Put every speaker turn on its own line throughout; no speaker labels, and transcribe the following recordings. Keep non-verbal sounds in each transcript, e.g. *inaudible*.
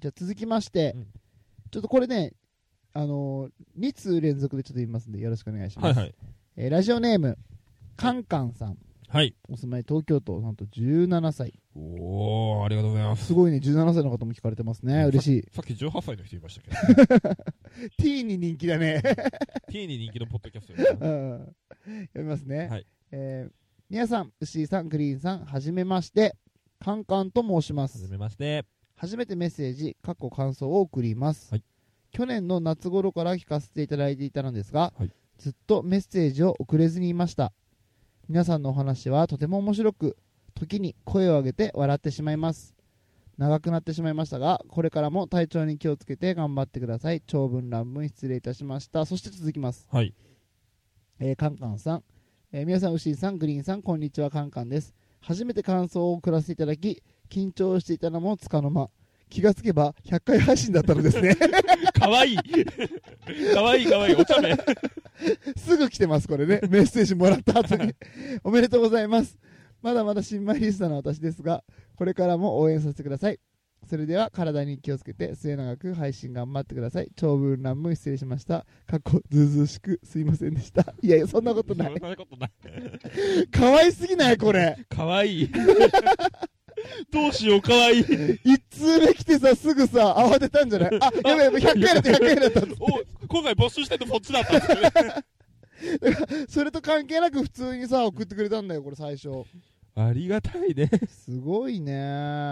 じゃあ続きまして、
うん
ちょっとこれね、あのー、2通連続でちょっと言いますんで、よろしくお願いします。
はいはい。
えーラジオネーム、カンカンさん。
はい。
お住まい東京都、なんと17歳。
おー、ありがとうございます。
すごいね、17歳の方も聞かれてますね。嬉しい。
*laughs* さっき18歳の人いま *laughs* したけど、
T に人気だね。
T に人気のポッドキャストで
*laughs*
す
う
ね
ん読みますね。
はい
えー皆さん、牛井さん、グリーンさん、はじめまして。カンカンと申しま
は
す
じ。めまして。
初めてメッセージ、過去感想を送ります、
はい
去年の夏頃から聞かせていただいていたのですが、
はい
ずっとメッセージを送れずにいました皆さんのお話はとても面白く時に声を上げて笑ってしまいます長くなってしまいましたがこれからも体調に気をつけて頑張ってください長文乱文失礼いたしましたそして続きます
はい。
えーカンカンさん、えー皆さん、ウシーさん、グリーンさん、こんにちは、カンカンです。初めて感想を送らせていただき、緊張していたのもつかの間。気がつけば100回配信だったのですね。 *laughs*
かわいいかわいいかわいい。お茶目。
すぐ来てます、これね。メッセージもらった後に。 *laughs* おめでとうございます。まだまだ新米リスナーの私ですが、これからも応援させてください。それでは体に気をつけて末永く配信頑張ってください。長文乱文失礼しました。かっこずうずうしくすいませんでした。いやいや、そんなことない
そ。んなことない。
かわいすぎないこれ。
かわいい。どうしよう、かわいい。
一通目来てさ、すぐさ、慌てたんじゃ
*laughs*
ないあ、やばいやばい、100回だった、100回だったっつっ
お今回募集しててそっちだったんですね。
て。それと関係なく普通にさ、送ってくれたんだよ、これ最初。
ありがたいね。
すごいね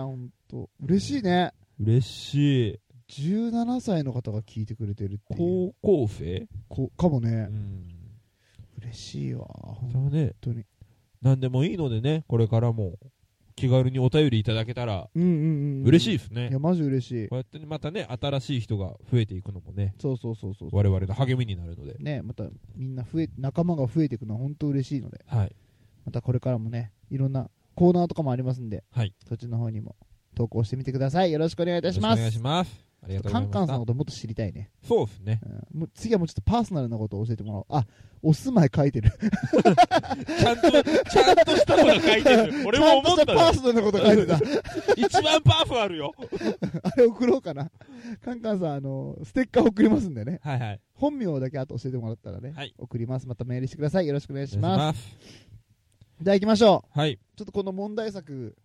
ほんと。嬉しいね。
嬉しい。
17歳の方が聞いてくれてるっていう。
高校生
こかも
う
ね。
ん。
嬉しいわ、ほ
だ
ん
ね。
とに。
何でもいいのでね、これからも気軽にお便りいただけたら
うんうんうん。
嬉しい
い。
ですね
い。や、マジ嬉しい。
こうやってねまたね、新しい人が増えていくのもね、
そうそうそうそう。
我々の励みになるので。
ねまたみんな増え、仲間が増えていくのは本当嬉しいので、
はい。
またこれからもね、いろんなコーナーとかもありますんで、
はい。
そっちの方にも投稿してみてください。よろしくお願いいたしま
お願い
す
し。ます。ありがとうご
カ
ざい
ン
ま
カン
し
さんの
た。
こともっと知りたいね、
そうですね。
うん、もう次はもうちょっとパーソナルなことを教えてもらおうあお住まい書いてる
ちゃんと、ちゃんとしたのが書いてる。俺
ちゃ
も
んとし
思ったた
パ
よ
ー。ソナルなこと書いてた
一番パーフあるよ。
あれ送ろうかなカンカンさんあのステッカー送りますんでね
はいはい。
本名だけあと教えてもらったらね、
はい
送りますまたメールしてくださいよろしくお願いし
お
ます
願いします。
じゃあ行きましょ
はい。
うちょっとこの問題作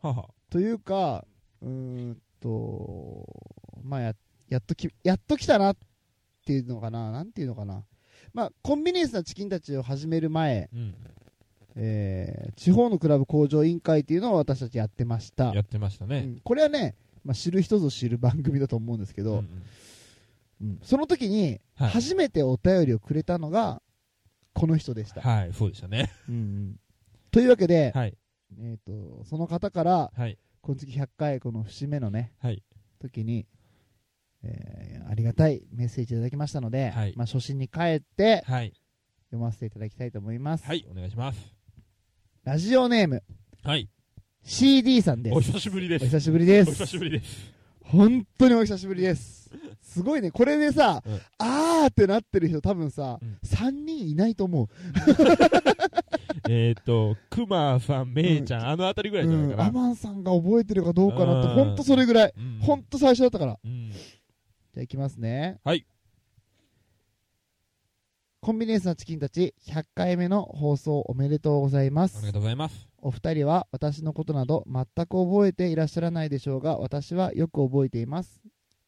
はは。
というかうーんとまあややっときやっと来たなっていうのかななんていうのかなまあコンビニエンスなチキンたちを始める前
うん。
えー地方のクラブ向上委員会っていうのを私たちやってました、
やってました
う
ね。
んこれはね、まあ、知る人ぞ知る番組だと思うんですけ
うんう
ど、
ん
うんその時に
はい
初めてお便りをくれたのがこの人でした、
はい、そうでしたね。
うんうんというわけで、
はい。
えー、とその方から
はい。
この次100回この節目のね
はい。
時に、えーありがたいメッセージいただきましたので、
はい
まあ、初心に帰って
はい。
読ませていただきたいと思います、
はい。お願いします。
ラジオネーム
はい。
CD さんです
お久しぶりで
お
す。
久しぶりです
お久しぶりです。
本当にお久しぶりです。すごいね、これでさ、
うん
あーってなってる人、多分さ、
うん
3人いないと思う。
えっと、くまさん、めいちゃん、あのあたりぐらいじゃないか
うん、ア
な。
マンさんが覚えてるかどうかなって、
うん
ほんとそれぐらい。
うん
ほんと最初だったから。
うん。
じゃあ、いきますね。
はい。
コンビニエンスのチキンたち、100回目の放送おめでとうございま
ありが
す。
とうございます。
お二人は私のことなど全く覚えていらっしゃらないでしょうが、私はよく覚えています。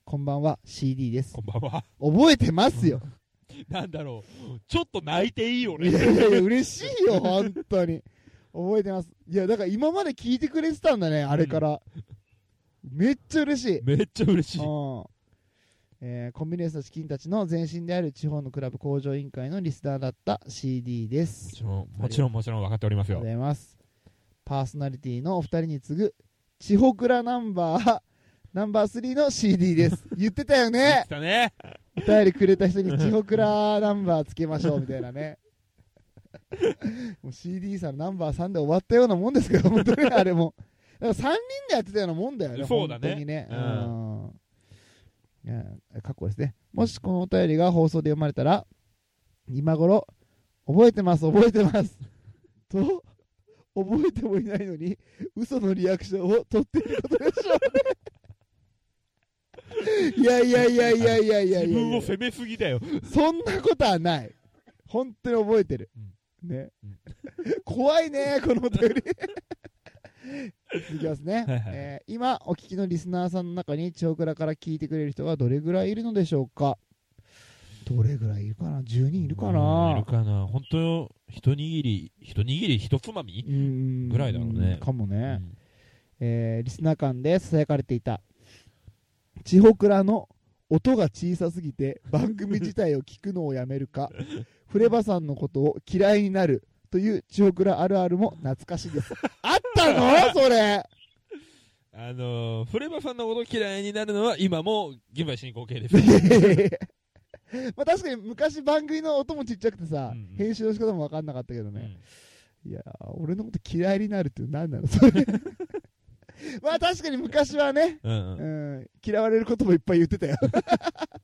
こんばんは、CD です。
こんばんは。
覚えてますよ。
なんだろう。ちょっと泣いていいよ
い
ね。
やいやいや、嬉しいよ、本当に。覚えてます。いや、だから今まで聞いてくれてたんだね、あれから。めっちゃ嬉しい。うん。
めっちゃ嬉しい。
えーコンビニエンスのチキンたちの前身である地方のクラブ向上委員会のリスナーだった CD です。
もちろん、もちろん、もちろん分かっておりま
あ
す
りがとう
よ
ご。ざいます。パーソナリティのお二人に次ぐ、地方クラナンバー、ナンバー3の CD です。言ってたよね
来たね。
お便りくれた人に地方クラナンバーつけましょうみたいなね。もう CD さんナンバー3で終わったようなもんですけど、本当にあれも。だから3人でやってたようなもんだよね、
そうだね
本当にね。
う
うんいやかっこいいですね。もしこのお便りが放送で読まれたら、今頃、覚えてます、覚えてます。と、覚えてもいないのに、嘘のリアクションを取っていることでしょうね。いやいやいやいやいやいやい
自
や
分を
いや
責めすぎだよ。
そんなことはない本当に覚えてる
うん、
ね
うん
*laughs* 怖いねこのお便り *laughs* いきますね、
はいはい
えー今お聞きのリスナーさんの中にチョークラから聞いてくれる人がどれぐらいいるのでしょうかどれぐらいいるかな10人いるか
うんい
な
るかな本当、一握り、一握り、一つまみ
うん
ぐらいだろうね
かもね、
うん
えーリスナー間で囁かれていた千穂倉の音が小さすぎて番組自体を聞くのをやめる
*laughs*
かフレバさんのことを嫌いになるという千穂倉あるあるも懐かしいですあったのそれ *laughs*
あのー、フレバさんのこと嫌いになるのは今も現在進行
*laughs*
形です。
まあ確かに昔番組の音もちっちゃくてさ、
うんうん
編集の仕方も分かんなかったけど
う
ね、
ん
いやー俺のこと嫌いになるって何なのそれ *laughs* まあ確かに昔はね、
うん
うん、嫌われることもいっぱい言ってた
*laughs*
よ、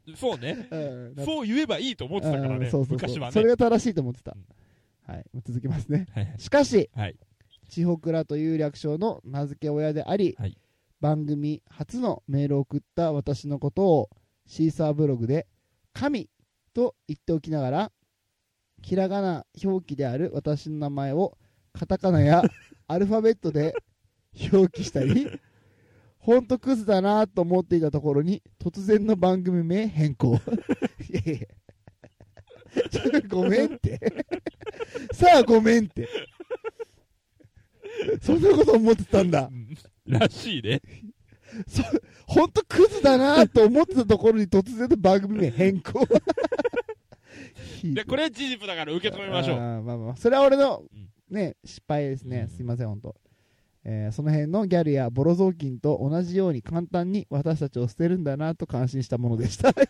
うんそうね。
うん、
そう言えばいいと思ってたから
あー
ね
そう、そうそう
昔は
それ
ね。
が正しいと思ってた
うん。
はい、続きますね。
はいはい
しかし、
はい。
千穂倉という略称の名付け親であり、
はい
番組初のメールを送った私のことをシーサーブログで「神」と言っておきながらひらがな表記である私の名前をカタカナ *laughs* やアルファベットで表記したりほんとクズだなと思っていたところに突然の番組名変更いやいやいやちょっとごめんってさあごめんってそんなこと思ってたんだ
うんらしいね。
そ本当クズだなと思ってたところに突然の番組名変更 *laughs* ひ
で、これは事実だから受け止めましょ
あ
う。
ーまあまあそれは俺の
うん、
ね、失敗です
う
ね
ん
すいません本当、えーその辺のギャルやボロ雑巾と同じように簡単に私たちを捨てるんだなと感心したものでした
*laughs*
いや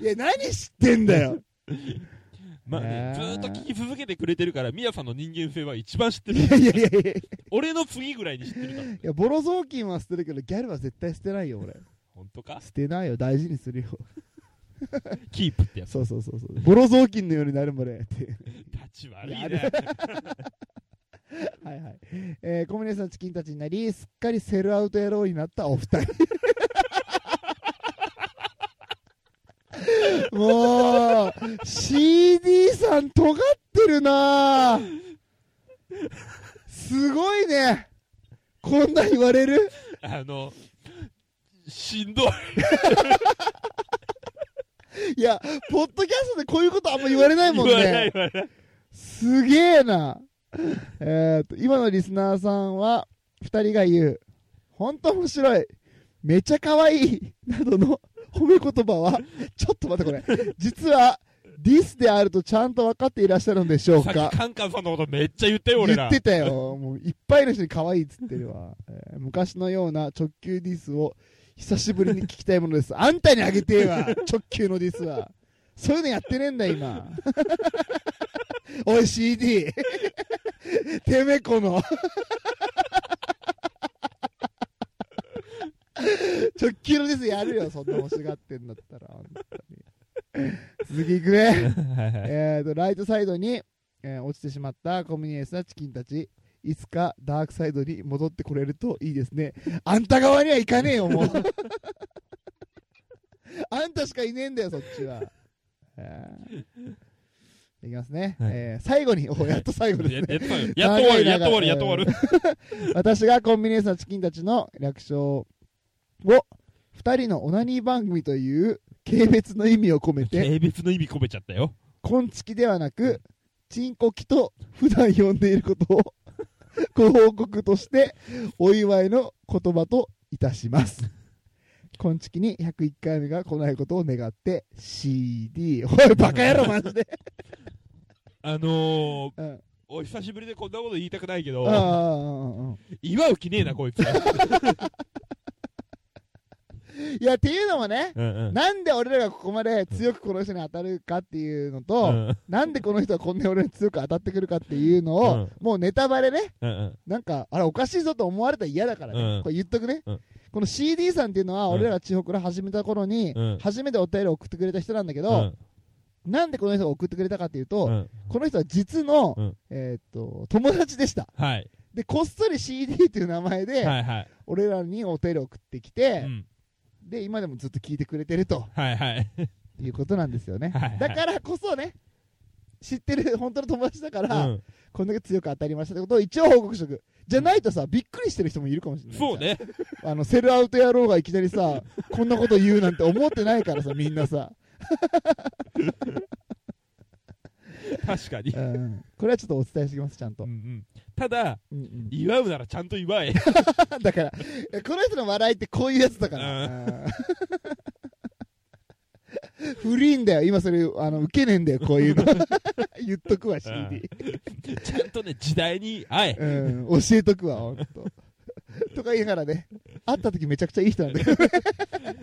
いや何知ってんだよ
まあね、
え
ず
ー
ーっと聞き続けてくれてるから、みやさんの人間性は一番知って
い
る。
やいやいやいやい
俺の次ぐらいに知ってるから。
やボロ雑巾は捨てるけどギャルは絶対捨てないよ俺
本当か
捨てないよ大事にするよ
キープってやつ。
そうそうそうそうボロ雑巾のようになるまでって
立ち悪い
や
ね。
はいはい。えー、コミネーションチキンたちになり、すっかりセルアウト野郎になったお
*laughs*
二人。もう、CD さん尖ってるなぁすごいね。こんな言われる
あの、しんどい。
いや、ポッドキャストでこういうことあんま言われないも
言わ
んね。
ない言わない。
すげえな。えーと、今のリスナーさんは、二人が言う、ほんと面白い、めちゃ可愛い、などの褒め言葉は、ちょっと待ってこれ、実は、ディスであるとちゃんと分かっていらっしゃるのでしょう
さっ
か
きカンカンさんのことめっちゃ言ったよ、俺
言
ら。
ってたよ。もういっぱいの人に可愛いっつってるわ、えー昔のような直球ディスを久しぶりに聞きたいものです。あんたにあげてえわ、直球のディスは。そういうのやってねえんだ、今。おい、CD。てめえこの。直球のディスやるよ、そんな欲しがってんだったら。本当に続きいくね。
はいはい
えーとライトサイドに、えー落ちてしまったコミュニエンスなチキンたちいつかダークサイドに戻ってこれるといいですねあんた側には行かねえよもう
*laughs*
あんたしかいねえんだよそっちは、えーいきますね、
はい
えー最後におやっと最後です
や
ね *laughs*
*laughs* やっと終わる、やっと終わる、やっと終わる。
私がコンビニエンスなチキンたちの略称を2人のオナニー番組という軽蔑の意味を込めて
軽蔑の意味込めちゃったよ。
根付きではなく、チンコキと普段呼んでいることを *laughs* ご報告として、お祝いの言葉といたします。根付きに101回目が来ないことを願って、CD。おい、バカ野郎、マジで。
あのー、
うん、
お久しぶりでこんなこと言いたくないけ
あああ
ど、
あああ
祝う気ねえな、こ
*laughs*
いつ。
いや、っていうのもね、
うんうん
なんで俺らがここまで強くこの人に当たるかっていうのと、
うん
なんでこの人はこんなに俺に強く当たってくるかっていうのを、
うん
もうネタバレね、
うん
なんか、あれおかしいぞと思われたら嫌だからね、
うん
これ言っとくね、
うん
この CD さんっていうのは、
うん
俺ら地方から始めた頃に
うん、
初めてお便りを送ってくれた人なんだけ
う
ど、
ん
なんでこの人が送ってくれたかっていうと、
うん
この人は実の、
うん
えーっと友達でした。
はい
で、こっそり CD っていう名前で、
はいはい
俺らにお便りを送ってきて、
うん
で今でもずっと聞いてくれてると
はいはい。
いうことなんですよね、
はいはい
だからこそね知ってる本当の友達だか
う
ら、
ん
こんだけ強く当たりましたってことを一応報告しとくじゃないとさびっくりしてる人もいるかもしれない
そうね。
あのセルアウト野郎がいきなり *laughs* さこんなこと言うなんて思ってないからさみんなさ、
確かに
う。ん、これはちょっとお伝えしてきますちゃんと
うんう、んただ、
うんうん
祝うならちゃんと祝え。
だから、えこの人の笑いってこういうやつだから。う
う
ん古いんだよ、今それ、あの、受けねえんだよ、こう *laughs* いうの。言っとくわ、CD。
ちゃんとね、時代に会え。
うん、教えとくわ、ほんと。とか言いながらね、会った時めちゃくちゃいい人なんだけど、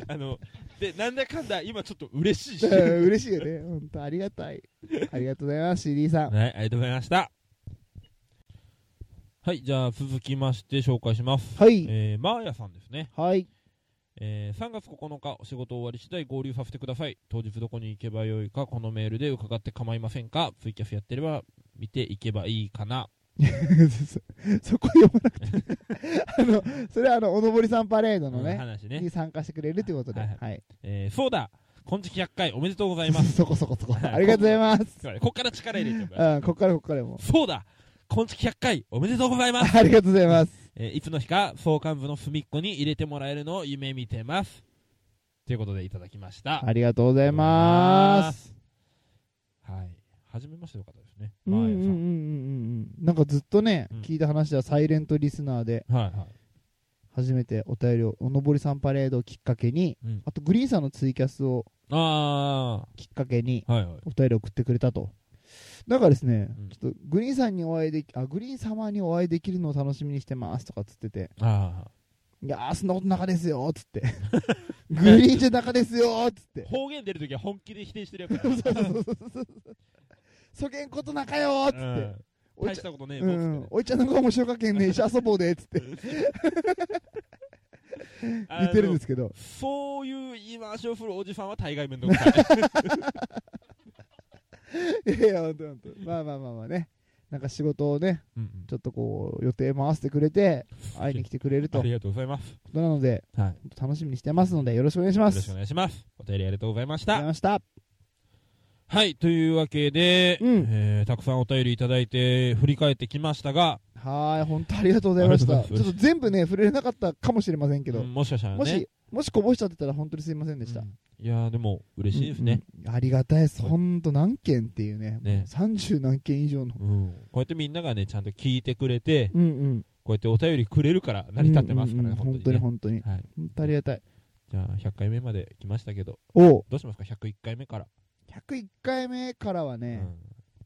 あの、で、なんだかんだ、今ちょっと嬉しいし。はい、
うん嬉しいよね。ほんと、ありがたい。ありがとうございます、CD さん。
ありがとうございました。はい、じゃあ続きまして紹介します。
はい。
えー、マーヤさんですね。
はい。
えー3月9日お仕事終わり次第合流させてください当日どこに行けばよいかこのメールで伺って構いませんかツイキャスやってれば見ていけばいいかな
そそこ読まなくて。あの、それはあの、おのぼりさんパレードの
うん
ね、
話ね
に、参加してくれるということで。
はい
はい。
えーそうだ今月100回おめでとうございます
そこそこそこ。
はい
ありがとうございます。
ここっから力入れてもらう
うん、こっからこっからも。
そうだ今月100回おめでとうございます、
ありがとうございます。
えーいつの日か創刊部の隅っこに入れてもらえるのを夢見てますということでいただきました
ありがとうございます。
すはい初めましての方ですね
うんうん
マ
う
ー
んうんう
ヤさん
んうん。なんかずっとね、
うん
聞いた話ではサイレントリスナーで
はいはい
初めてお便りを、おのぼりさんパレードをきっかけに、
うん
あとグリーンさんのツイキャスを
あ
きっかけに
あはいはい
お便りを送ってくれたと。だからですね、
うん
ちょっとグリーンさんにお会いでき、あ、グリーン様にお会いできるのを楽しみにしてますとかつってて、
あ
いやー、そんなことなかですよーつ
*laughs*
って。グリーンじゃなかですよーつって
あ。方言出るときは本気で否定してる
*laughs*
やつだ
そうそうそうそうそうそげんことなかよーっつ
う
って、
ん
おいち
大し
ゃん
たことねえぞ
う
っつって
ん、おいちゃんの子は面白かけんね
*laughs*
一緒遊ぼうでっつって
ねあの
言ってるんですけど
そういう言い回しをするおじさんは大概面倒く
*laughs*
さい
いやいやほんとほんとまあまあまあまあねなんか仕事をね
うんうん
ちょっとこう予定回してくれて会いに来てくれると
あ
いう
りがとうございます
ことなので
はいよ
楽しみにしてますのでよろしくお願いしま
ろ
す
しくお願いしますお便りありがとうございま
あ
し
り
た
がとうございました
はいというわけで
うん
えーたくさんお便りいただいて振り返ってきましたが
はーい本当ありがとうございまし
あ
た
りが
ち
と
ょ
うご
っ
ざい
と全部ね触れれなかったかもしれませんけど、
うんもしかしたらね
もしもしこぼしちゃってたら本当にすいませんでした、
うんいやーでも嬉しいですね
うんうんありがたいです本当何件っていうね
ね
30何件以上の
うんこうやってみんながねちゃんと聞いてくれて
うんうん
こうやってお便りくれるから成り立ってますから
うんう
ね
んうん
本
本当
当
に
にね
本当に
はい
本当ありがたい
じゃあ100回目まで来ましたけど
おう
どうしますか101回目から、
101回目からは
う
ね、
ん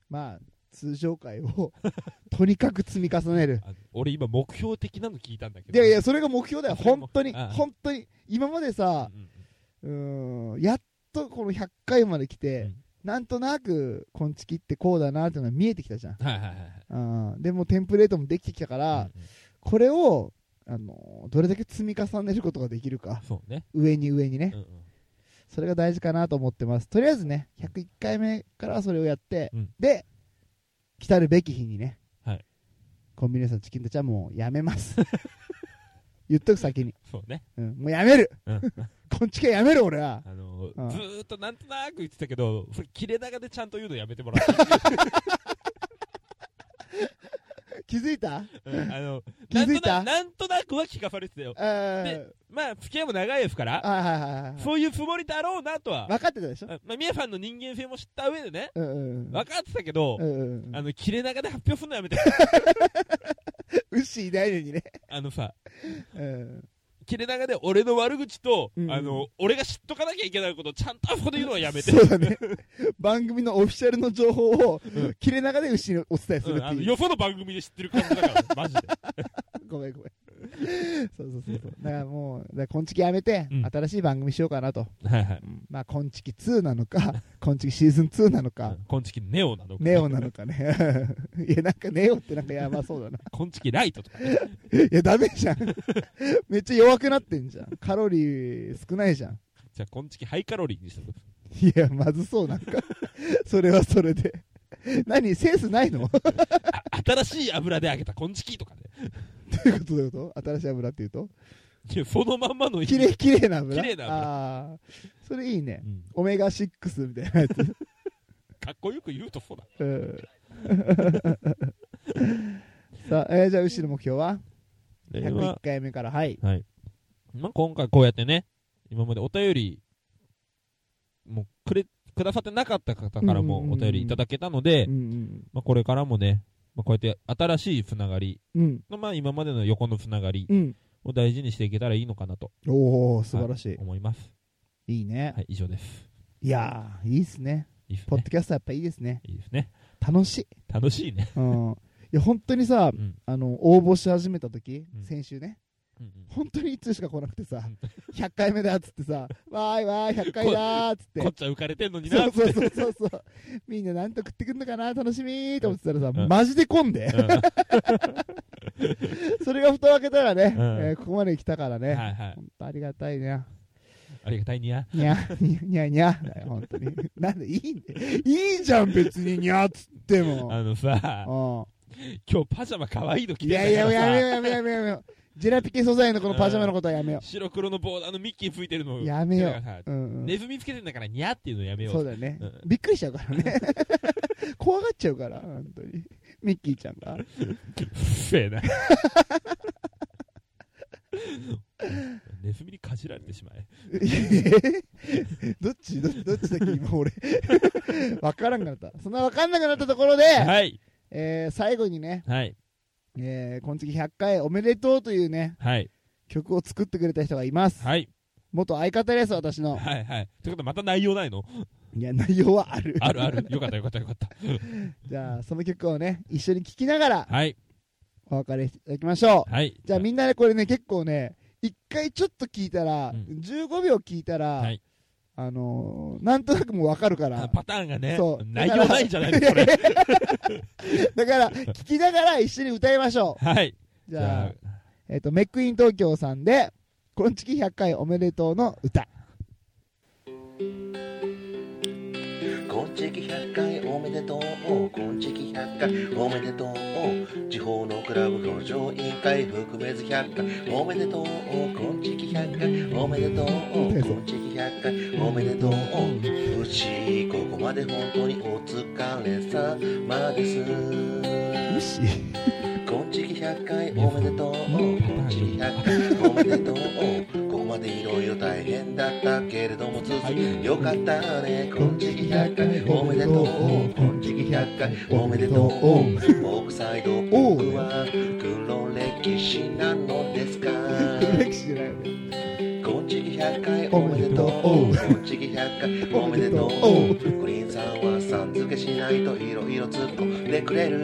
まあ通常回を *laughs* とにかく積み重ねる
あ俺今目標的なの聞いたんだけ
い
ど
やいやそれが目標だよ
それが
本当に
ああ
本当に今までさ
うん
うーんやっとこの100回まで来て、
うん
なんとなく「こんちきってこうだな」っていうのが見えてきたじゃん
うんはいはいはいはい
あーでもうテンプレートもできてきたから、
うんうん
これを、あのーどれだけ積み重ねることができるか
そうね、
上に上にね、
うんうん
それが大事かなと思ってますとりあえずね101回目からはそれをやって、
うん
で来たるべき日にね、
はい
コンビニエンスのチキンたちはもうやめます *laughs* 言っとく先に、
そうね、
うん、もうやめる、
うん
*laughs* こんち系やめる俺は
あのー
うん
ずーっとなんとなく言ってたけどそれ切れ長でちゃんと言うのやめてもらって、
気づいた
うんあの
気づいた
なんとなくなんとなくは聞かされてたよ
あー
でまあ付き合いも長いですか
は
ら
いはいはいはい
そういうつもりだろうなとは、
分かってたでしょ
あまあ、皆さんの人間性も知った上でね
うんうんうん
分かってたけど、
うんうんうん
あの切れ長で発表するのやめて *laughs*
うっしーいないのにね、
あのさ
うん、
切れ長で俺の悪口と、
うん
あの俺が知っとかなきゃいけないことをちゃんとあそこで言うのはやめて、
そうだね番組のオフィシャルの情報を切れ長で牛にお伝えする
う
っ
んあ
て
の
いう、
よその番組で知ってる感じだ
*laughs*
からマジで
ごめんごめんそうそうそうそうだからもうだから「こんちき」やめて、
うん
新しい番組しようかなと
はいはい
「うんまあこんちき2」なのか「こんちきシーズン2」なのか、
こんちきネオなのか
ネオなのかね *laughs* いやなんかネオってなんかやばそうだな
こんちきライトとかね
いやダメじゃんめっちゃ弱くなってんじゃんカロリー少ないじゃん
じゃあこんちきハイカロリーにしとく
いやまずそうなんか *laughs* それはそれで何センスないのど
あ新しい油で揚げたこんちきとかね
ういうことどういうこと新しい油っていうと
いやそのまんまの
きれいきれいな油
綺麗な油
ああそれいいね
うん
オメガ6みたいなやつ
かっこよく言うとそうだ
うんさあ、えーじゃあ牛の目標は
令和
101回目からはい
はい。まあ、今回こうやってね、今までお便り、もうくれ、くださってなかった方から
うんうんうん
も
うん
お便りいただけたので、
うん
まあ、これからもね、まあ、こうやって新しいつながり
うんうん
の、まあ、今までの横のつながり
うん
を大事にしていけたらいいのかなと
おお素晴らしい、
思います。
い、いね、
はい、以上です。
い、やーいいっすね
いいです
ポッ
ね
ド。キャストやっぱいいですね
いいですね。
楽しい、
楽しいね。
うん、いや本当にさ
うん。
あの応募し始めた時、
うん
先週ね
うん
本当に1通しか来なくてさ100回目だっつってさ「わーいわーい100回だ」っつっ
う
て
ん、こっちは浮かれてんのに
そ
な
う。そうそうそうそうみんななんと食ってくんのかな楽しみーと思ってたらさ、
うん
マジで混んで、
うんは
それが蓋を開けたらね、
うん
えーここまで来たから
い
ね、 *laughs*
はい。
本当ありがたいね
ありがたいにゃ。
にゃにゃにゃにゃだよ本当
*laughs*
になんでいいんだよいいじゃん別ににゃっつっても
あのさ、
う
今日パジャマ可愛いの
ん
着
い
てんだ
や
け
い
ど
やや
さ
めようやめようやめようやめようジェラピケ素材のこのパジャマのことはやめよ
白黒のボーダーのミッキーついてるの
やめよう
だからさ
う、
*laughs*
うん
ネズミつけてんだからニャーっていうのやめ
うん、
よ
そう
う
だよね、
うん
びっくりしちゃうからね
*laughs*
怖がっちゃうから本当にミッキーちゃん
*laughs*
が
せえな *laughs* ネズミにかじられてしまえ
どっちどどっちだっけ今
*laughs*
俺わからんくなったそんなわかんなくなったところで、
はい
えー最後にね、
はい
えー、この次100回おめでとうというね
はい
曲を作ってくれた人がいます、
はい
元相方です私の
はいはいということはまた内容ないの
いや内容はある
あるあるよかったよかったよかった
じゃあその曲をね一緒に聴きながら
はい
お別れしていただきましょう
はい
じゃあみんなねこれね結構ね一回ちょっと聴いたら、
うん
15秒聴いたら、
はい
あのーなんとなくもう分かるか
あ
ら
パターンがね
そう
内容ないんじゃない
*laughs*
のこれ
だから聴きながら一緒に歌いましょ
はい、
うじゃあえっ、と、メックイン東京さんで、こんちき100回おめでとうの歌。
今世紀100回おめでとう今世紀100回おめでとう地方のクラブ表情委員会含めず100回おめでとう今世紀100回おめでとう今世紀100回おめでとう牛ここまで本当にお疲れ様です
う *laughs* し
今世紀100回おめでとう今世紀100回おめでとうここまでいろいろ大変だったけれども続きよかったね今世紀100回おめでとう今世紀100回おめでとう僕サイド僕は黒歴史なのですか
歴史じゃないよね。
今世紀100回おめでとう今世紀100回おめでとうグリーンさんはさん付けしないといろいろ突っ込んでくれる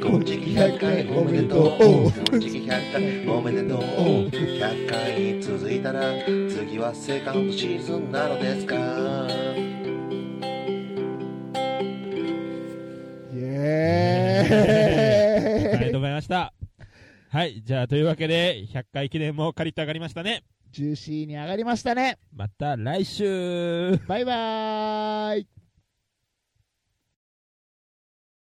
今世紀100回おめでとう今世紀100回おめでとう100回続いたら次はセカンドシーズンなのですか
イ
ありが
エーイ
とうございましたはいじゃあというわけで100回記念も借りて上がりましたね
ジューシーに上がりましたね。
また来週
バイバーイ。